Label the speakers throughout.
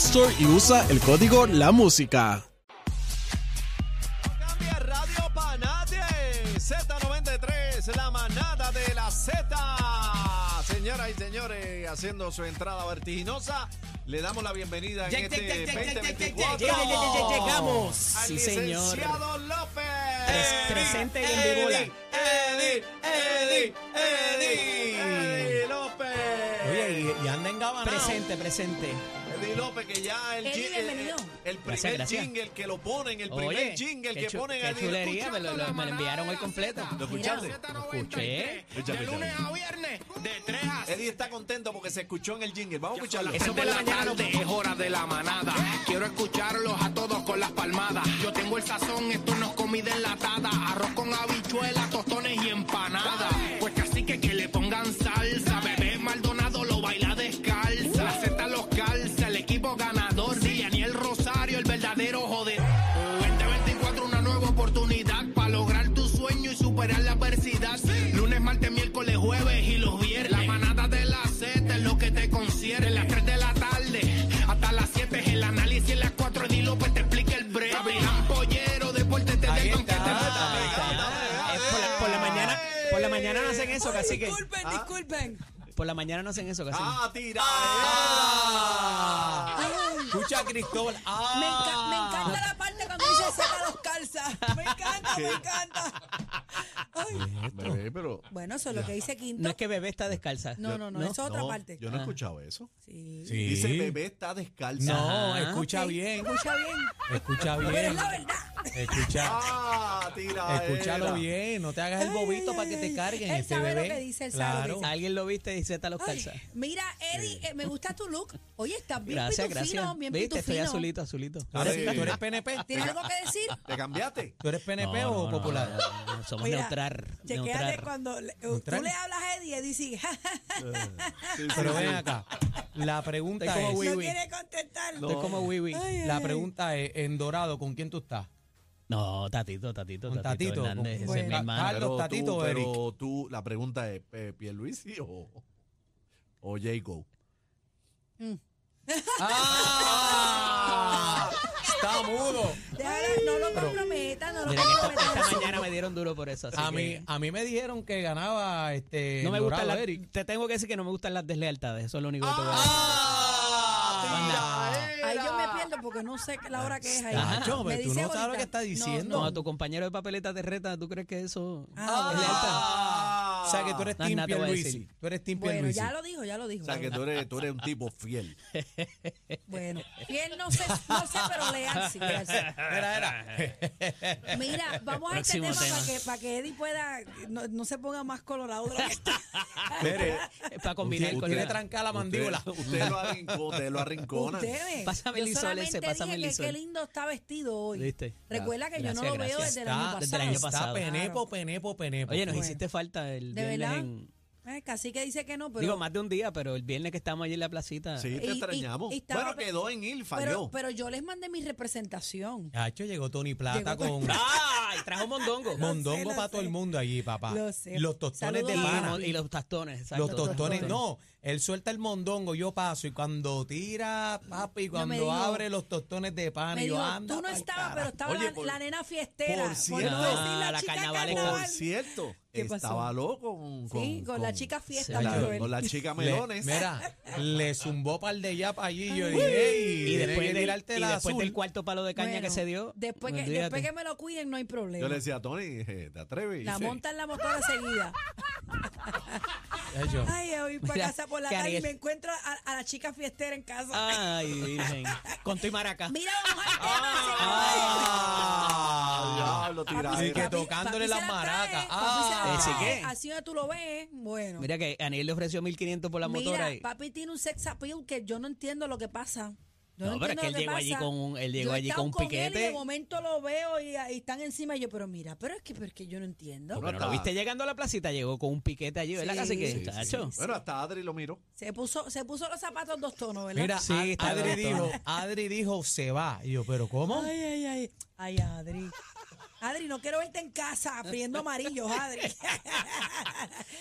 Speaker 1: Store y usa el código La Música.
Speaker 2: No cambia radio para nadie. Z93, la manada de la Z. Señoras y señores, haciendo su entrada vertiginosa, le damos la bienvenida en
Speaker 3: Ya,
Speaker 2: este
Speaker 3: ya, ya, ya, ya, ya, ya, ya,
Speaker 2: 2024.
Speaker 3: ya, ya, ya, ya, llegamos.
Speaker 2: Al
Speaker 3: Sí, señor.
Speaker 2: licenciado López.
Speaker 3: Pres- presente y en
Speaker 2: Eddie,
Speaker 3: vigor.
Speaker 2: Eddie, Eddie, Eddie. Eddie López.
Speaker 4: Oye, y, y anda engabanado.
Speaker 3: Presente, presente.
Speaker 2: Eddie López, que ya el,
Speaker 5: Eddie,
Speaker 2: ji- el-
Speaker 5: bienvenido.
Speaker 2: el primer
Speaker 3: Gracias, gracias.
Speaker 2: jingle que lo ponen, el primer
Speaker 3: Oye,
Speaker 2: jingle
Speaker 3: qué
Speaker 2: que
Speaker 3: chu-
Speaker 2: ponen
Speaker 3: qué
Speaker 2: a Eddie.
Speaker 3: chulería, me lo, lo- me lo enviaron hoy completo.
Speaker 2: ¿Lo escuchaste?
Speaker 3: Lo escuché.
Speaker 2: Escúchame, escúchame.
Speaker 4: a viernes, de 3 a
Speaker 2: Eddie está contento porque se escuchó en el jingle. Vamos a escucharlo.
Speaker 4: Eso por la mañana es hora de la manada. Quiero escucharlos a todos con las palmadas. Yo tengo el sazón, esto no es comida enlatada. Arroz con habichuelas, tostones y empanadas. Pues casi que que le pongan salsa. Bebé Maldonado lo baila descalza. La Z los calza, el equipo ganador. Uh. Sí, Daniel Rosario, el verdadero joder. 2024, una nueva oportunidad para lograr tu sueño y superar la adversidad. Lunes, martes, miércoles, jueves y los viernes. La manada de la Z es lo que te concierne. De las 3 de la tarde hasta las 7 es el análisis. En las 4 Eddie López te explica el breve. Abraham Pollero, deporte te
Speaker 3: Ahí
Speaker 4: dejo
Speaker 3: está.
Speaker 4: aunque te mata.
Speaker 3: ahí está. Es por, la, por la mañana, por la mañana no hacen eso, casi que.
Speaker 5: Disculpen, disculpen.
Speaker 3: Por la mañana no hacen eso, casi.
Speaker 2: ¡Ah, tira!
Speaker 4: Ah.
Speaker 3: Ah.
Speaker 4: Escucha, Cristóbal.
Speaker 5: Me, enca- me encanta la parte cuando dice saca los calzas. Me encanta, me encanta. Ay.
Speaker 2: Bebé, pero
Speaker 5: Bueno, eso es lo que dice Quinto.
Speaker 3: No es que bebé está descalza.
Speaker 5: no, no, no, eso es otra parte.
Speaker 2: yo no
Speaker 4: Ah.
Speaker 2: he escuchado eso.
Speaker 5: Sí.
Speaker 2: Dice, bebé está descalza.
Speaker 4: No,
Speaker 3: Ajá.
Speaker 4: escucha
Speaker 5: Ah, Ok,
Speaker 4: bien.
Speaker 5: Escucha bien.
Speaker 4: Escucha
Speaker 5: Pero es
Speaker 4: bien.
Speaker 5: la verdad.
Speaker 4: Escucha.
Speaker 2: ¡Ah, tira!
Speaker 4: Escúchalo bien, no te hagas el
Speaker 5: Ay,
Speaker 4: bobito
Speaker 5: ay,
Speaker 4: para que te
Speaker 5: ay.
Speaker 4: carguen.
Speaker 5: Él
Speaker 4: este
Speaker 5: sabe lo
Speaker 4: bebé.
Speaker 5: que dice, él sabe lo que
Speaker 4: claro.
Speaker 5: dice.
Speaker 3: Alguien lo viste y Z los calza.
Speaker 5: Ay, mira, Eddie, eh, me gusta tu look. Oye, estás bien
Speaker 3: Gracias,
Speaker 5: pitufino,
Speaker 3: gracias.
Speaker 5: bien
Speaker 3: Viste, estoy
Speaker 5: pitufino.
Speaker 3: azulito, azulito.
Speaker 2: Ah,
Speaker 4: ¿Tú eres, tú eres PNP?
Speaker 5: ¿Tienes algo que decir?
Speaker 2: ¿Te cambiaste?
Speaker 4: ¿Tú eres PNP
Speaker 3: No, no,
Speaker 4: o
Speaker 3: no,
Speaker 4: popular?
Speaker 3: no, no, no, Somos
Speaker 5: Mira,
Speaker 3: neutral.
Speaker 5: chequéate
Speaker 3: Neutral.
Speaker 5: cuando le- eh,
Speaker 4: Neutral.
Speaker 5: tú le hablas a Eddie, Eddie sigue.
Speaker 2: Sí, sí,
Speaker 4: Pero
Speaker 2: sí.
Speaker 4: ven acá. La pregunta
Speaker 3: Estoy
Speaker 4: es.
Speaker 3: como Wii
Speaker 5: no
Speaker 3: Wii.
Speaker 5: quiere contestar.
Speaker 3: Estoy como Wiwi.
Speaker 5: Ay,
Speaker 4: La
Speaker 5: ay,
Speaker 4: pregunta es, en Dorado, ¿con quién tú estás?
Speaker 3: No, Tatito, Tatito,
Speaker 4: Con Tatito,
Speaker 3: Tatito Hernández. Ese
Speaker 4: con-
Speaker 3: es
Speaker 5: Bueno.
Speaker 3: mi hermano.
Speaker 4: Carlos, Tatito,
Speaker 2: tú, pero
Speaker 4: Eric.
Speaker 2: tú, la pregunta es, eh, ¿Pierluisi o, o Jacob?
Speaker 4: ¡Ah! ¡Está mudo!
Speaker 5: Déjalo, no lo comprometas, no lo
Speaker 3: Mira que esta,
Speaker 5: comprometas.
Speaker 3: esta mañana me dieron duro por eso. así
Speaker 4: A
Speaker 3: que-
Speaker 4: mí, a mí me dijeron que ganaba este
Speaker 3: No me
Speaker 4: Dorado,
Speaker 3: gustan las,
Speaker 4: Eric.
Speaker 3: Te tengo que decir que no me gustan las deslealtades. Eso es lo único que te voy a decir.
Speaker 2: ¡Ah!
Speaker 5: Ahí yo me pierdo porque no sé la hora que es ahí.
Speaker 4: Nacho, pero Ah, tú no
Speaker 5: dice
Speaker 4: sabes lo
Speaker 5: ahorita.
Speaker 4: que está
Speaker 5: No,
Speaker 4: diciendo.
Speaker 3: No, a tu compañero de papeleta te reta. ¿Tú crees que eso
Speaker 5: Ah,
Speaker 3: es lealtad?
Speaker 4: O sea, que tú eres
Speaker 3: Más
Speaker 4: Tim
Speaker 3: nada te voy a
Speaker 4: Pierluisi.
Speaker 3: decir.
Speaker 4: Tú eres Tim
Speaker 5: Bueno,
Speaker 4: Pierluisi.
Speaker 5: ya lo dijo, ya lo dijo.
Speaker 2: O sea, que tú eres, tú eres un tipo fiel.
Speaker 5: Bueno, fiel no sé, no sé, pero leal sí. leal sí.
Speaker 4: Era, era.
Speaker 5: Mira, vamos a este
Speaker 3: Próximo
Speaker 5: tema,
Speaker 3: tema.
Speaker 5: Para, que, para que Eddie pueda, no, no se ponga más colorado de lo que está.
Speaker 2: Mire,
Speaker 3: Es para combinar
Speaker 2: Usted-
Speaker 3: con
Speaker 4: Tiene
Speaker 2: usted-
Speaker 3: la
Speaker 4: trancada la
Speaker 2: usted,
Speaker 4: mandíbula.
Speaker 2: usted lo arrincó, usted lo arrincona.
Speaker 5: Ustedes.
Speaker 3: Pásame
Speaker 5: yo
Speaker 3: el lisol
Speaker 5: solamente
Speaker 3: ese, pásame el
Speaker 5: dije que
Speaker 3: lisol.
Speaker 5: qué lindo está vestido hoy.
Speaker 3: ¿Viste?
Speaker 5: Recuerda que yo
Speaker 3: Gracias,
Speaker 5: no lo veo
Speaker 3: gracias.
Speaker 5: desde el año pasado.
Speaker 3: Está- desde el año
Speaker 4: Está
Speaker 3: pasado.
Speaker 4: penepo, penepo, penepo.
Speaker 3: Oye, nos
Speaker 5: Bueno.
Speaker 3: hiciste falta el
Speaker 5: ¿De
Speaker 3: viernes
Speaker 5: verdad?
Speaker 3: en...
Speaker 5: Eh, casi que dice que no, pero...
Speaker 3: Digo, más de un día, pero el viernes que estábamos allí en la placita...
Speaker 2: Sí, te
Speaker 5: Y- y-
Speaker 2: extrañamos.
Speaker 5: y estaba-
Speaker 2: bueno, quedó en il, falló.
Speaker 5: pero, pero yo les mandé mi representación.
Speaker 4: Hacho, llegó Tony Plata
Speaker 5: Llegó
Speaker 4: con
Speaker 3: ¡Ay! Trajo mondongo.
Speaker 4: mondongo
Speaker 5: lo
Speaker 4: para todo
Speaker 5: sé.
Speaker 4: el mundo allí, papá.
Speaker 5: Lo sé.
Speaker 4: Los tostones
Speaker 3: Y,
Speaker 4: de
Speaker 5: Saludos a-
Speaker 4: pana.
Speaker 3: mon- y los tostones. exacto,
Speaker 4: Los tostones, no. Él suelta el mondongo, yo paso. Y cuando tira, papi, cuando
Speaker 5: dijo-
Speaker 4: abre los tostones de pana,
Speaker 5: Me
Speaker 4: y yo
Speaker 5: dijo,
Speaker 4: anda.
Speaker 5: tú no
Speaker 4: pa'l
Speaker 5: estabas, pero
Speaker 4: carajo".
Speaker 5: estaba
Speaker 2: Oye,
Speaker 5: la,
Speaker 2: por-
Speaker 5: la nena fiestera.
Speaker 2: por cierto.
Speaker 5: no decir
Speaker 3: Ah, la
Speaker 5: chica
Speaker 3: carnavalera.
Speaker 5: carnaval.
Speaker 2: Por cierto,
Speaker 5: ¿Qué pasó?
Speaker 2: estaba loco con,
Speaker 5: Sí, con la chica fiesta,
Speaker 2: con la-
Speaker 5: Joel.
Speaker 2: con la chica
Speaker 4: Le-
Speaker 2: melones.
Speaker 4: mira, le zumbó par de yapa allí. Yo
Speaker 3: Y,
Speaker 4: dije, "Ey, tiene
Speaker 3: después,
Speaker 4: que
Speaker 3: del,
Speaker 4: tirarte
Speaker 3: y
Speaker 4: la
Speaker 3: después
Speaker 4: azul".
Speaker 3: del cuarto palo de caña
Speaker 5: Bueno,
Speaker 3: que se dio... pues
Speaker 5: Después que,
Speaker 3: olvídate.
Speaker 5: después que me lo cuiden, no hay problema.
Speaker 2: Yo le decía a Tony, eh, ¿te atreves?
Speaker 5: la
Speaker 2: Sí.
Speaker 5: monta en la motora seguida.
Speaker 4: Hacho.
Speaker 5: Ay, hoy para
Speaker 3: Mira,
Speaker 5: casa por la
Speaker 3: que
Speaker 5: tarde y
Speaker 3: Ariel-
Speaker 5: me encuentro a, a la chica fiestera en casa.
Speaker 3: Ay, virgen. Con tu y maraca.
Speaker 5: Mira, vamos al tema,
Speaker 2: Ah, diablo,
Speaker 5: señores.
Speaker 2: tiradera.
Speaker 4: sí, que
Speaker 5: Papi-
Speaker 4: tocándole
Speaker 5: papi
Speaker 4: las
Speaker 5: se
Speaker 4: maracas.
Speaker 5: trae, papi se
Speaker 4: Ah.
Speaker 5: las
Speaker 3: ¿Ese
Speaker 5: trae.
Speaker 3: qué?
Speaker 5: Así que tú lo ves, bueno.
Speaker 3: Mira que Aniel le ofreció 1500 por la
Speaker 5: Mira,
Speaker 3: motora. y-
Speaker 5: papi tiene un sex appeal que yo no entiendo lo que pasa. No,
Speaker 3: No, pero es
Speaker 5: entiendo
Speaker 3: que él
Speaker 5: qué
Speaker 3: llegó allí
Speaker 5: pasa.
Speaker 3: con un- él llegó
Speaker 5: Yo he
Speaker 3: allí
Speaker 5: estado
Speaker 3: con un
Speaker 5: él y
Speaker 3: piquete.
Speaker 5: de momento lo veo y, y están encima y yo, pero mira, pero es que, pero es que yo no entiendo.
Speaker 3: Pero
Speaker 6: Ah.
Speaker 3: lo
Speaker 2: está.
Speaker 3: viste llegando a la placita, llegó con un piquete allí, ¿verdad?
Speaker 5: Sí,
Speaker 3: Casi
Speaker 5: sí,
Speaker 3: que,
Speaker 5: sí,
Speaker 3: chacho.
Speaker 2: Bueno, hasta Adri lo miró.
Speaker 5: Se puso, se puso los zapatos dos tonos, ¿verdad?
Speaker 6: Mira,
Speaker 3: Sí,
Speaker 6: Ad-
Speaker 3: está
Speaker 6: Adri
Speaker 3: bonito.
Speaker 6: dijo, Adri dijo, se va. Y yo, ¿pero cómo?
Speaker 5: Ay, ay, ay. Ay, Adri. Adri, no quiero verte en casa friendo amarillos, Adri.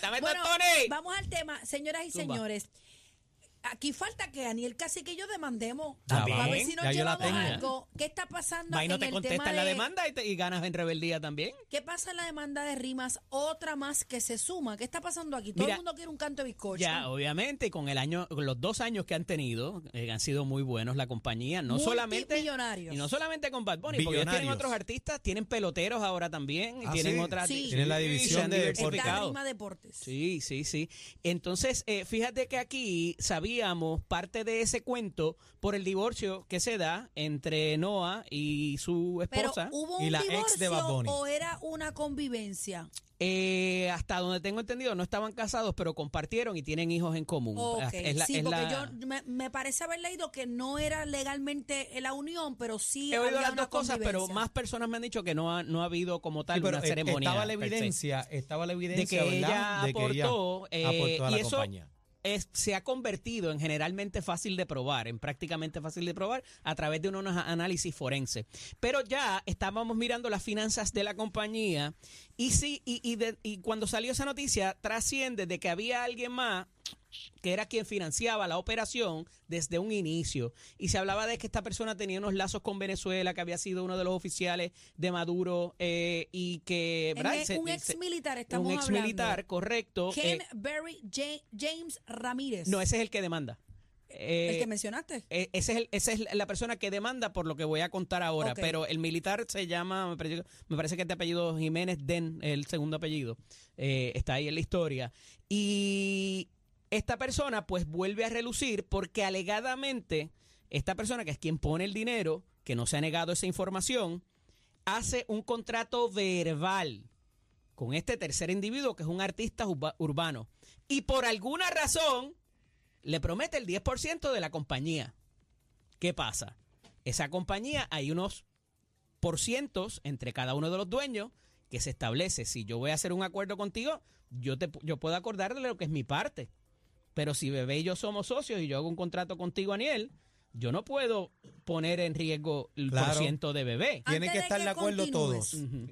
Speaker 3: ¡Dame
Speaker 5: Bueno,
Speaker 3: tostones!
Speaker 5: vamos al tema, señoras y
Speaker 3: Zumba.
Speaker 5: señores. Aquí falta que Daniel Cacique y yo demandemos.
Speaker 6: Ya
Speaker 5: A
Speaker 6: vamos,
Speaker 5: ver si nos
Speaker 6: ya yo la
Speaker 5: llevamos
Speaker 3: tengo.
Speaker 5: algo. ¿Qué está pasando
Speaker 3: Va y no
Speaker 5: en
Speaker 3: te
Speaker 5: el
Speaker 3: contestan
Speaker 5: tema
Speaker 3: la
Speaker 5: de-
Speaker 3: demanda y, te- y ganas en rebeldía también.
Speaker 5: ¿Qué pasa en la demanda de rimas? Otra más que se suma. ¿Qué está pasando aquí? Todo
Speaker 3: Mira,
Speaker 5: el mundo quiere un canto de bizcocho.
Speaker 3: Ya, obviamente, con el año, con los dos años que han tenido, eh, han sido muy buenos la compañía. No solamente
Speaker 5: Multimillonarios.
Speaker 3: y no solamente con Bad Bunny, porque ellos tienen
Speaker 6: Billonarios.
Speaker 3: otros artistas, tienen peloteros ahora también, y
Speaker 6: Ah,
Speaker 3: tienen
Speaker 6: ¿sí?
Speaker 3: otras.
Speaker 5: Sí.
Speaker 6: Tienen la
Speaker 3: Sí,
Speaker 6: división
Speaker 3: se han
Speaker 6: de
Speaker 5: Está
Speaker 3: diversificado.
Speaker 5: Rima Deportes.
Speaker 3: Sí, sí, sí. Entonces, eh, fíjate que aquí sabíamos parte de ese cuento por el divorcio que se da entre Noah y su
Speaker 5: Pero
Speaker 3: esposa.
Speaker 5: hubo
Speaker 6: y
Speaker 5: un
Speaker 6: la
Speaker 5: divorcio
Speaker 6: ex de Bad Bunny.
Speaker 5: o era una convivencia.
Speaker 3: Eh, hasta donde tengo entendido, no estaban casados, pero compartieron y tienen hijos en común.
Speaker 5: Ok,
Speaker 3: Es la-
Speaker 5: sí,
Speaker 3: es
Speaker 5: porque
Speaker 3: la-
Speaker 5: yo me, me parece haber leído que no era legalmente la unión, pero sí
Speaker 3: He oído
Speaker 5: había
Speaker 3: las
Speaker 5: una
Speaker 3: dos cosas, pero
Speaker 5: convivencia.
Speaker 3: más personas me han dicho que no ha, no ha habido como tal
Speaker 6: Sí, pero
Speaker 3: una
Speaker 6: e-
Speaker 3: ceremonia.
Speaker 6: estaba la
Speaker 3: per se.
Speaker 6: evidencia, estaba la
Speaker 3: de
Speaker 6: evidencia,
Speaker 3: que ella
Speaker 6: ¿verdad? de que ella
Speaker 3: aportó, eh,
Speaker 6: aportó a
Speaker 3: y
Speaker 6: la
Speaker 3: eso
Speaker 6: compañía.
Speaker 3: es- se ha convertido en generalmente fácil de probar, en prácticamente fácil de probar a través de unos análisis forenses. Pero ya estábamos mirando las finanzas de la compañía y sí, y, y de- y cuando salió esa noticia trasciende de que había alguien más que era quien financiaba la operación desde un inicio. Y se hablaba de que esta persona tenía unos lazos con Venezuela, que había sido uno de los oficiales de Maduro eh, y que...
Speaker 5: En
Speaker 3: ¿verdad?
Speaker 5: e-
Speaker 3: Se-
Speaker 5: un
Speaker 3: se-
Speaker 5: ex militar estamos
Speaker 3: un ex
Speaker 5: hablando.
Speaker 3: militar, correcto.
Speaker 5: Ken
Speaker 3: eh,
Speaker 5: Berry Ja- James Ramírez.
Speaker 3: no, ese es el que demanda. Eh,
Speaker 5: el que mencionaste.
Speaker 3: eh, ese es el- esa es la persona que demanda por lo que voy a contar ahora,
Speaker 5: Ok.
Speaker 3: pero el militar se llama, me parece, me parece que este apellido Jiménez Den, el segundo apellido, eh, está ahí en la historia. Y esta persona pues vuelve a relucir porque alegadamente esta persona que es quien pone el dinero, que no se ha negado esa información, hace un contrato verbal con este tercer individuo que es un artista urba- urbano. Y por alguna razón le promete el 10% de la compañía. ¿Qué pasa? Esa compañía hay unos por cientos entre cada uno de los dueños que se establece. Si yo voy a hacer un acuerdo contigo, yo, te, pu- yo puedo acordar de lo que es mi parte. Pero si Bebé y yo somos socios y yo hago un contrato contigo, Aniel, yo no puedo poner en riesgo el por
Speaker 6: Claro.
Speaker 3: ciento de Bebé.
Speaker 5: Antes
Speaker 6: Tienen que
Speaker 5: de
Speaker 6: estar
Speaker 5: que
Speaker 6: de acuerdo
Speaker 5: continúes.
Speaker 6: todos.
Speaker 3: Ujú.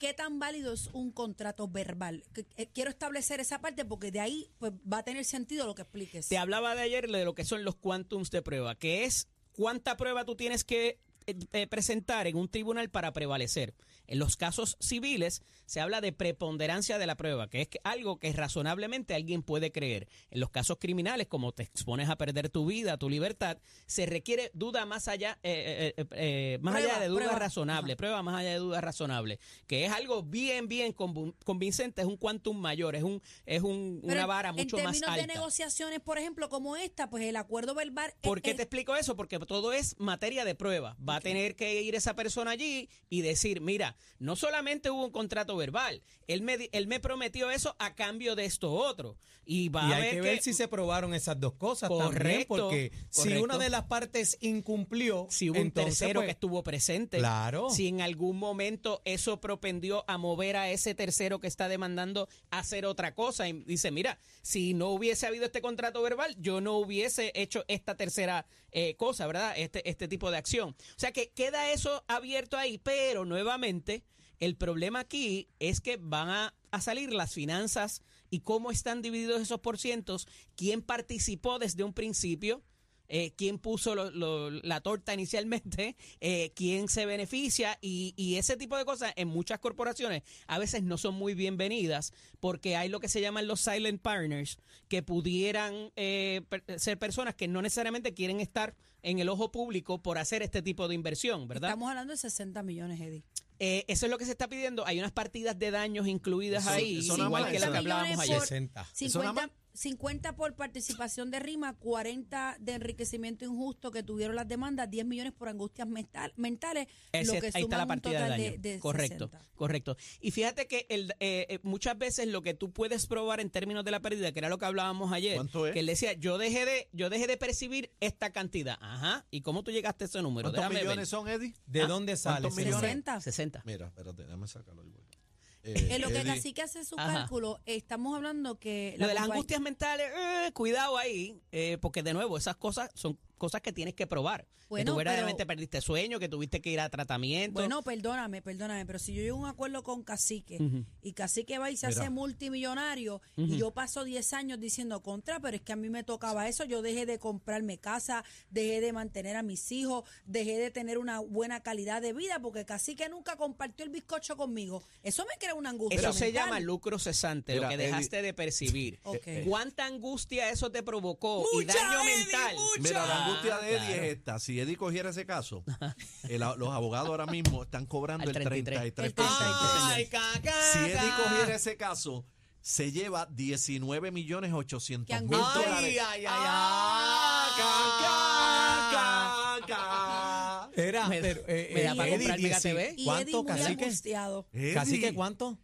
Speaker 5: ¿Qué tan válido es un contrato verbal? Que- eh, Quiero establecer esa parte porque de ahí pues, va a tener sentido lo que expliques.
Speaker 3: Te hablaba de ayer de lo que son los quantums de prueba, que es cuánta prueba tú tienes que eh, eh, presentar en un tribunal para prevalecer. En los casos civiles se habla de preponderancia de la prueba, que es que- algo que razonablemente alguien puede creer. En los casos criminales, como te expones a perder tu vida, tu libertad, se requiere duda más allá, eh, eh, eh, eh, más
Speaker 5: Prueba,
Speaker 3: allá de duda
Speaker 5: prueba.
Speaker 3: razonable,
Speaker 5: Ajá.
Speaker 3: prueba más allá de duda razonable, que es algo bien, bien convun- convincente, es un quantum mayor, es un, es un-
Speaker 5: Pero
Speaker 3: una vara mucho
Speaker 5: En
Speaker 3: más
Speaker 5: términos
Speaker 3: alta.
Speaker 5: de negociaciones, por ejemplo, como esta, pues el acuerdo verbal. es-
Speaker 3: ¿Por qué
Speaker 6: eh,
Speaker 5: es-
Speaker 3: te explico eso? Porque todo es materia de prueba. Va a tener que ir esa persona allí y decir, mira, no solamente hubo un contrato verbal, él me, di- él me prometió eso a cambio de esto otro. Y va
Speaker 6: Y
Speaker 3: a
Speaker 6: hay
Speaker 3: ver
Speaker 6: que ver
Speaker 3: que-
Speaker 6: si se probaron esas dos cosas también,
Speaker 3: Correcto,
Speaker 6: porque si
Speaker 3: correcto.
Speaker 6: una de las partes incumplió,
Speaker 3: si hubo
Speaker 6: entonces,
Speaker 3: un tercero
Speaker 6: pues,
Speaker 3: que estuvo presente.
Speaker 6: Claro.
Speaker 3: Si en algún momento eso propendió a mover a ese tercero que está demandando a hacer otra cosa. Y dice, mira, si no hubiese habido este contrato verbal, yo no hubiese hecho esta tercera eh, cosa, ¿verdad? Este, este tipo de acción. O sea que queda eso abierto ahí, pero nuevamente el problema aquí es que van a, a salir las finanzas y cómo están divididos esos por cientos, quién participó desde un principio eh, quién puso lo- lo- la torta inicialmente, eh, quién se beneficia y, y ese tipo de cosas en muchas corporaciones a veces no son muy bienvenidas porque hay lo que se llaman los silent partners que pudieran eh, per- ser personas que no necesariamente quieren estar en el ojo público por hacer este tipo de inversión, ¿verdad?
Speaker 5: Estamos hablando de 60 millones, Eddie.
Speaker 3: Eh, eso es lo que se está pidiendo. Hay unas partidas de daños incluidas
Speaker 2: Eso-
Speaker 3: ahí,
Speaker 2: eso nada
Speaker 3: igual
Speaker 2: más,
Speaker 3: Ah, que
Speaker 2: eso
Speaker 3: la
Speaker 2: nada
Speaker 3: que
Speaker 5: más.
Speaker 3: hablábamos ayer.
Speaker 6: 60.
Speaker 2: Eso nada
Speaker 5: 50,
Speaker 2: más.
Speaker 5: 50 por participación de rima, 40 de enriquecimiento injusto que tuvieron las demandas, 10 millones por angustias mental- mentales,
Speaker 3: Ese-
Speaker 5: lo que
Speaker 3: ahí está la
Speaker 5: suman un
Speaker 3: partida de
Speaker 5: total
Speaker 3: daño.
Speaker 5: de, de
Speaker 3: correcto,
Speaker 5: 60.
Speaker 3: correcto. Y fíjate que el, eh, eh, muchas veces lo que tú puedes probar en términos de la pérdida, que era lo que hablábamos ayer,
Speaker 2: ¿Cuánto es?
Speaker 3: que él decía, yo dejé de yo dejé de percibir esta cantidad. Ajá. ¿Y cómo tú llegaste a ese número?
Speaker 2: ¿Cuántos
Speaker 3: Déjame ver.
Speaker 2: millones son, Eddie?
Speaker 6: ¿De
Speaker 3: Ah,
Speaker 6: dónde sale?
Speaker 2: ¿cuántos
Speaker 6: ese
Speaker 2: millones?
Speaker 6: número?
Speaker 5: 60.
Speaker 3: 60.
Speaker 2: Mira, espérate, déjame sacarlo. ahí, güey. Este,
Speaker 5: En lo que
Speaker 2: Eddie,
Speaker 5: casi que hace su
Speaker 3: Ajá.
Speaker 5: cálculo, estamos hablando que...
Speaker 3: Lo de las
Speaker 5: compañ-
Speaker 3: angustias mentales, eh, cuidado ahí, eh, porque de nuevo, esas cosas son cosas que tienes que probar. que
Speaker 5: Bueno,
Speaker 3: tú
Speaker 5: pero-
Speaker 3: verdaderamente perdiste sueño, que tuviste que ir a tratamiento.
Speaker 5: Bueno, perdóname, perdóname, pero si yo llego a un acuerdo con Cacique
Speaker 3: Ujú.
Speaker 5: y Cacique va y se
Speaker 2: Mira.
Speaker 5: hace multimillonario
Speaker 3: Ujú.
Speaker 5: y yo paso 10 años diciendo contra, pero es que a mí me tocaba eso, yo dejé de comprarme casa, dejé de mantener a mis hijos, dejé de tener una buena calidad de vida porque Cacique nunca compartió el bizcocho conmigo. Eso me crea una angustia.
Speaker 3: Eso se
Speaker 5: mental.
Speaker 3: llama lucro cesante,
Speaker 2: Mira,
Speaker 3: lo que dejaste de percibir. Eh,
Speaker 5: Ok.
Speaker 3: ¿Cuánta angustia eso te provocó? y
Speaker 5: Mucha,
Speaker 3: daño
Speaker 5: Eddie,
Speaker 3: mental.
Speaker 5: mucha.
Speaker 2: Mira, la angustia
Speaker 3: Ah,
Speaker 2: de Eddie
Speaker 3: claro.
Speaker 2: es esta. Si Eddie cogiera ese caso, el a- los abogados ahora mismo están cobrando
Speaker 3: Al
Speaker 2: el 33.
Speaker 3: 33.
Speaker 5: El
Speaker 2: 33.
Speaker 3: Ay, caca.
Speaker 2: si Eddie cogiera ese caso, se lleva 19 millones 800 mil
Speaker 5: Qué angustia.
Speaker 2: dólares.
Speaker 3: ay, ay,
Speaker 2: Ah, ca, ca, ca, ca.
Speaker 6: Era,
Speaker 3: Me-
Speaker 6: pero, eh,
Speaker 3: me da
Speaker 6: eh,
Speaker 3: para
Speaker 6: Eddie,
Speaker 3: comprar Mega
Speaker 6: 10,
Speaker 3: TV.
Speaker 5: Y Eddie
Speaker 6: ¿Cuánto,
Speaker 5: muy
Speaker 6: cacique?
Speaker 5: angustiado.
Speaker 2: Eddie,
Speaker 6: ¿Cacique cuánto?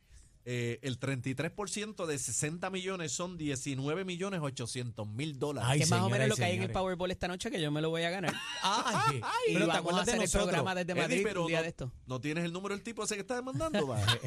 Speaker 2: eh, el 33% de 60 millones son 19 millones 800 mil dólares.
Speaker 6: Ay,
Speaker 3: Que más o
Speaker 6: señoras
Speaker 3: menos
Speaker 6: y
Speaker 3: lo que hay en el
Speaker 6: señores.
Speaker 3: Powerball esta noche que yo me lo voy a ganar.
Speaker 6: Ay,
Speaker 3: Y
Speaker 6: pero te
Speaker 3: vamos a
Speaker 6: acuerdas de
Speaker 3: hacer el programa
Speaker 6: nosotros.
Speaker 3: desde
Speaker 2: Eddie,
Speaker 3: Madrid
Speaker 2: pero
Speaker 3: un día
Speaker 2: no,
Speaker 3: de esto.
Speaker 2: no tienes el número del tipo ese que está demandando, va.
Speaker 6: eh,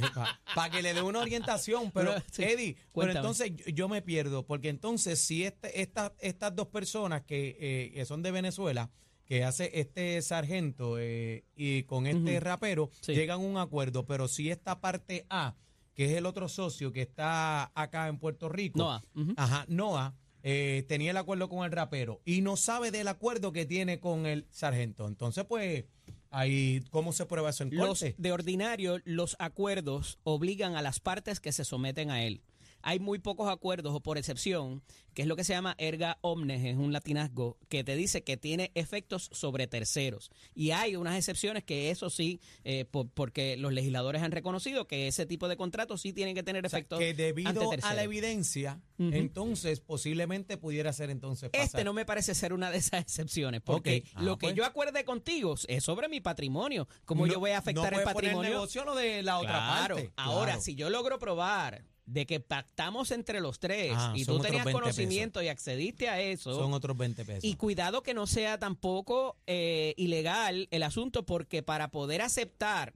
Speaker 6: Para que le dé una orientación, pero
Speaker 3: Una- sí,
Speaker 6: Eddie, pero
Speaker 3: cuéntame.
Speaker 6: entonces yo, yo me pierdo, porque entonces si este- esta- estas dos personas que, eh, que son de Venezuela, que hace este sargento eh, y con este
Speaker 3: Ujú.
Speaker 6: rapero,
Speaker 3: Sí.
Speaker 6: llegan a un acuerdo, pero si esta parte A, que es el otro socio que está acá en Puerto Rico,
Speaker 3: Noah, ujú.
Speaker 6: ajá, Noah, eh, tenía el acuerdo con el rapero y no sabe del acuerdo que tiene con el sargento. Entonces, pues, ahí, ¿cómo se prueba eso en
Speaker 3: Los,
Speaker 6: corte?
Speaker 3: de ordinario, los acuerdos obligan a las partes que se someten a él. Hay muy pocos acuerdos, o por excepción, que es lo que se llama erga omnes, es un latinazgo, que te dice que tiene efectos sobre terceros. Y hay unas excepciones que eso sí, eh, por- porque los legisladores han reconocido que ese tipo de contratos sí tienen que tener
Speaker 6: O sea,
Speaker 3: efectos
Speaker 6: que
Speaker 3: ante
Speaker 6: debido a la
Speaker 3: terceros.
Speaker 6: evidencia,
Speaker 3: Ujú.
Speaker 6: entonces posiblemente pudiera ser entonces pasar.
Speaker 3: Este no me parece ser una de esas excepciones, porque
Speaker 6: Ok. Ah,
Speaker 3: lo que
Speaker 6: pues.
Speaker 3: yo acuerde contigo es sobre mi patrimonio, cómo
Speaker 6: No-
Speaker 3: yo voy a afectar
Speaker 6: no
Speaker 3: el
Speaker 6: puede poner
Speaker 3: patrimonio.
Speaker 6: negocio lo de la otra
Speaker 3: Claro.
Speaker 6: parte.
Speaker 3: Ahora,
Speaker 6: Claro.
Speaker 3: si yo logro probar de que pactamos entre los tres
Speaker 6: Ah,
Speaker 3: y
Speaker 6: son
Speaker 3: tú
Speaker 6: otros
Speaker 3: tenías
Speaker 6: 20
Speaker 3: conocimiento y accediste a eso,
Speaker 6: son otros 20 pesos.
Speaker 3: y cuidado que no sea tampoco eh, ilegal el asunto, porque para poder aceptar,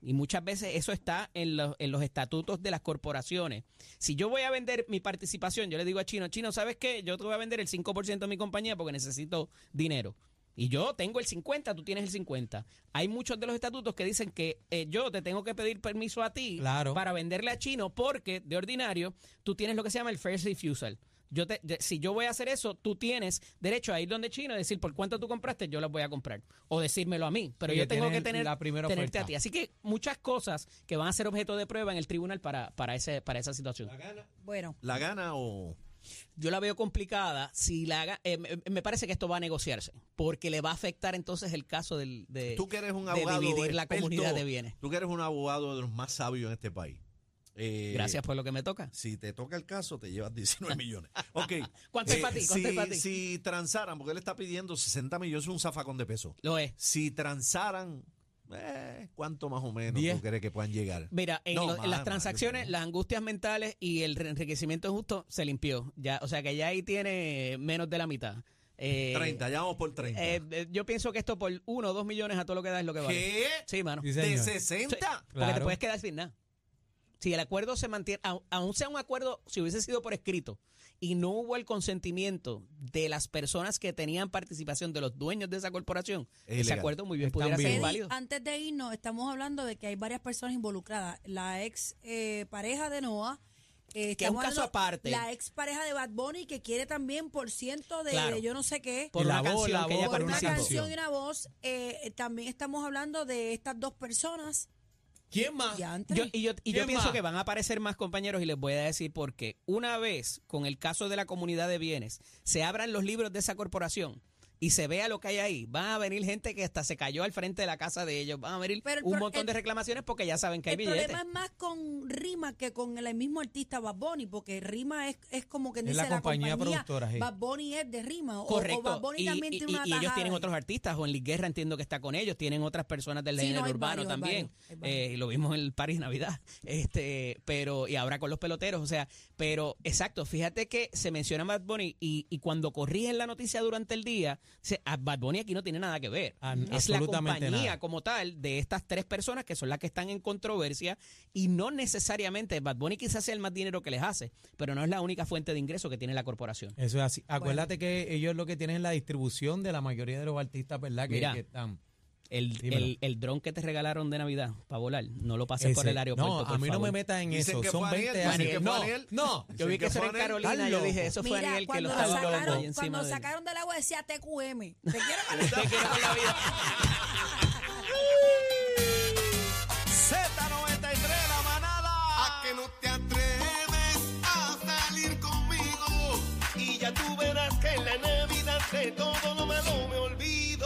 Speaker 3: y muchas veces eso está en los, en los estatutos de las corporaciones, si yo voy a vender mi participación, yo le digo a Chino, Chino, ¿sabes qué? Yo te voy a vender el 5% de mi compañía porque necesito dinero. Y yo tengo el 50, tú tienes el 50. Hay muchos de los estatutos que dicen que eh, yo te tengo que pedir permiso a ti
Speaker 6: Claro.
Speaker 3: para venderle a Chino porque, de ordinario, tú tienes lo que se llama el first refusal. Yo te, de- si yo voy a hacer eso, tú tienes derecho a ir donde Chino y decir por cuánto tú compraste, yo las voy a comprar. O decírmelo a mí. Pero
Speaker 6: Y
Speaker 3: yo
Speaker 6: que
Speaker 3: tengo que
Speaker 6: tienen
Speaker 3: tener,
Speaker 6: la primera
Speaker 3: tenerte
Speaker 6: oferta.
Speaker 3: a ti. Así que muchas cosas que van a ser objeto de prueba en el tribunal para, para, ese, para esa situación.
Speaker 5: Bueno,
Speaker 2: ¿La gana o...?
Speaker 3: Yo la veo complicada. si la haga- eh, me, me parece que esto va a negociarse, porque le va a afectar entonces el caso del, de,
Speaker 2: Tú que eres un
Speaker 3: Eh, de
Speaker 2: abogado
Speaker 3: dividir la
Speaker 2: experto,
Speaker 3: comunidad de bienes.
Speaker 2: Tú que eres un abogado de los más sabios en este país. Eh,
Speaker 3: Gracias por lo que me toca.
Speaker 2: Si te toca el caso, te llevas 19 millones. Ok. Eh,
Speaker 3: ¿Cuánto es para ti? ¿Cuánto
Speaker 2: si,
Speaker 3: es para ti?
Speaker 2: si transaran, porque él está pidiendo 60 millones, un zafacón de peso.
Speaker 3: Lo es.
Speaker 2: Si transaran, eh, ¿cuánto más o menos
Speaker 6: Diez.
Speaker 2: tú crees que puedan llegar?
Speaker 3: Mira, en,
Speaker 2: No,
Speaker 3: lo- en
Speaker 2: más,
Speaker 3: las
Speaker 2: más,
Speaker 3: transacciones,
Speaker 2: yo creo.
Speaker 3: las angustias mentales y el enriquecimiento justo se limpió. Ya, o sea que ya ahí tiene menos de la mitad. Eh,
Speaker 2: 30, ya vamos por 30.
Speaker 3: eh, eh, yo pienso que esto por uno o dos millones a todo lo que da es lo que vale.
Speaker 2: ¿Qué?
Speaker 3: Sí, mano.
Speaker 6: Sí,
Speaker 2: ¿De
Speaker 6: señor.
Speaker 2: 60?
Speaker 3: Porque te
Speaker 6: Claro.
Speaker 3: puedes quedar sin nada. Si el acuerdo se mantiene, au- aun sea un acuerdo, si hubiese sido por escrito y no hubo el consentimiento de las personas que tenían participación, de los dueños de esa corporación,
Speaker 2: Es
Speaker 3: ese
Speaker 2: ilegal.
Speaker 3: acuerdo muy bien
Speaker 6: Están
Speaker 3: pudiera ser
Speaker 6: bien.
Speaker 5: Eddie,
Speaker 3: válido.
Speaker 5: antes de irnos, estamos hablando de que hay varias personas involucradas. La ex eh, pareja de Noah. eh,
Speaker 3: Que es un
Speaker 5: estamos
Speaker 3: caso
Speaker 5: hablando-
Speaker 3: aparte.
Speaker 5: La ex pareja de Bad Bunny que quiere también por ciento de,
Speaker 3: Claro.
Speaker 5: de yo no sé qué.
Speaker 3: Por
Speaker 6: La
Speaker 3: una
Speaker 6: bola,
Speaker 3: canción que ella
Speaker 6: bola,
Speaker 5: por
Speaker 6: una
Speaker 5: una
Speaker 3: participó.
Speaker 5: canción
Speaker 6: canción.
Speaker 5: y una voz. eh, también estamos hablando de estas dos personas.
Speaker 6: ¿Quién más?
Speaker 5: Ya antes.
Speaker 3: Ah, Yo- y yo, y yo
Speaker 6: ¿Quién
Speaker 3: pienso
Speaker 6: más?
Speaker 3: que van a aparecer más compañeros y les voy a decir por qué. Una vez, con el caso de la comunidad de bienes, se abran los libros de esa corporación y se vea lo que hay ahí. Va a venir gente que hasta se cayó al frente de la casa de ellos. Van a venir
Speaker 5: Pero el
Speaker 3: un
Speaker 5: pro-
Speaker 3: montón
Speaker 5: el-
Speaker 3: de reclamaciones porque ya saben que hay
Speaker 5: El
Speaker 3: billetes.
Speaker 5: problema es más con Rima que con el mismo artista Bad Bunny, porque Rima es, es como que
Speaker 6: Es
Speaker 5: dice
Speaker 6: la
Speaker 5: la
Speaker 6: compañía
Speaker 5: compañía,
Speaker 6: productora, sí.
Speaker 5: Bad Bunny es de Rima. o- O, Bad
Speaker 3: Correcto.
Speaker 5: Bunny
Speaker 3: Y,
Speaker 5: también
Speaker 3: y-
Speaker 5: tiene una
Speaker 3: y- y ellos
Speaker 5: tajada
Speaker 3: tienen
Speaker 5: ahí.
Speaker 3: otros artistas. Juan Luis Guerra entiendo que está con ellos. Tienen otras personas del
Speaker 5: Sí,
Speaker 3: género
Speaker 5: no, hay
Speaker 3: urbano
Speaker 5: varios, hay
Speaker 3: también.
Speaker 5: varios, hay varios.
Speaker 3: Eh, lo vimos en el París Navidad. Este, pero, y ahora con los peloteros. O sea, pero exacto. Fíjate que se menciona Bad Bunny y, y cuando corrigen la noticia durante el día, se, a Bad Bunny aquí no tiene nada que ver.
Speaker 6: Ah,
Speaker 3: es la
Speaker 6: absolutamente
Speaker 3: compañía
Speaker 6: nada.
Speaker 3: como tal de estas tres personas que son las que están en controversia y no necesariamente Bad Bunny quizás sea el más dinero que les hace, pero no es la única fuente de ingreso que tiene la corporación.
Speaker 6: Eso es así. Acuérdate que ellos lo que tienen es la distribución de la mayoría de los artistas, ¿verdad? Que,
Speaker 3: Mira,
Speaker 6: que están.
Speaker 3: El,
Speaker 6: Dímelo.
Speaker 3: el, el dron que te regalaron de Navidad para volar, no lo pases por
Speaker 6: Ese-
Speaker 3: el aeropuerto.
Speaker 6: No, a
Speaker 3: por
Speaker 6: mí no me
Speaker 3: favor.
Speaker 6: metas en
Speaker 2: Dicen
Speaker 6: eso.
Speaker 2: que
Speaker 6: Son
Speaker 2: fue
Speaker 6: 20
Speaker 2: Ariel,
Speaker 6: años.
Speaker 2: dicen que fue
Speaker 6: no,
Speaker 2: Ariel.
Speaker 6: no.
Speaker 3: Yo vi
Speaker 2: Dicen
Speaker 3: que eso era en
Speaker 2: fue Ariel.
Speaker 3: Carolina, yo
Speaker 6: loco.
Speaker 3: dije, eso fue
Speaker 5: Mira,
Speaker 3: Ariel que
Speaker 5: cuando
Speaker 3: lo
Speaker 5: lo
Speaker 3: estaba
Speaker 5: sacaron,
Speaker 3: loco ahí
Speaker 5: cuando
Speaker 3: encima de él.
Speaker 5: sacaron del agua decía TQM. Te quiero
Speaker 3: Te quiero con la vida.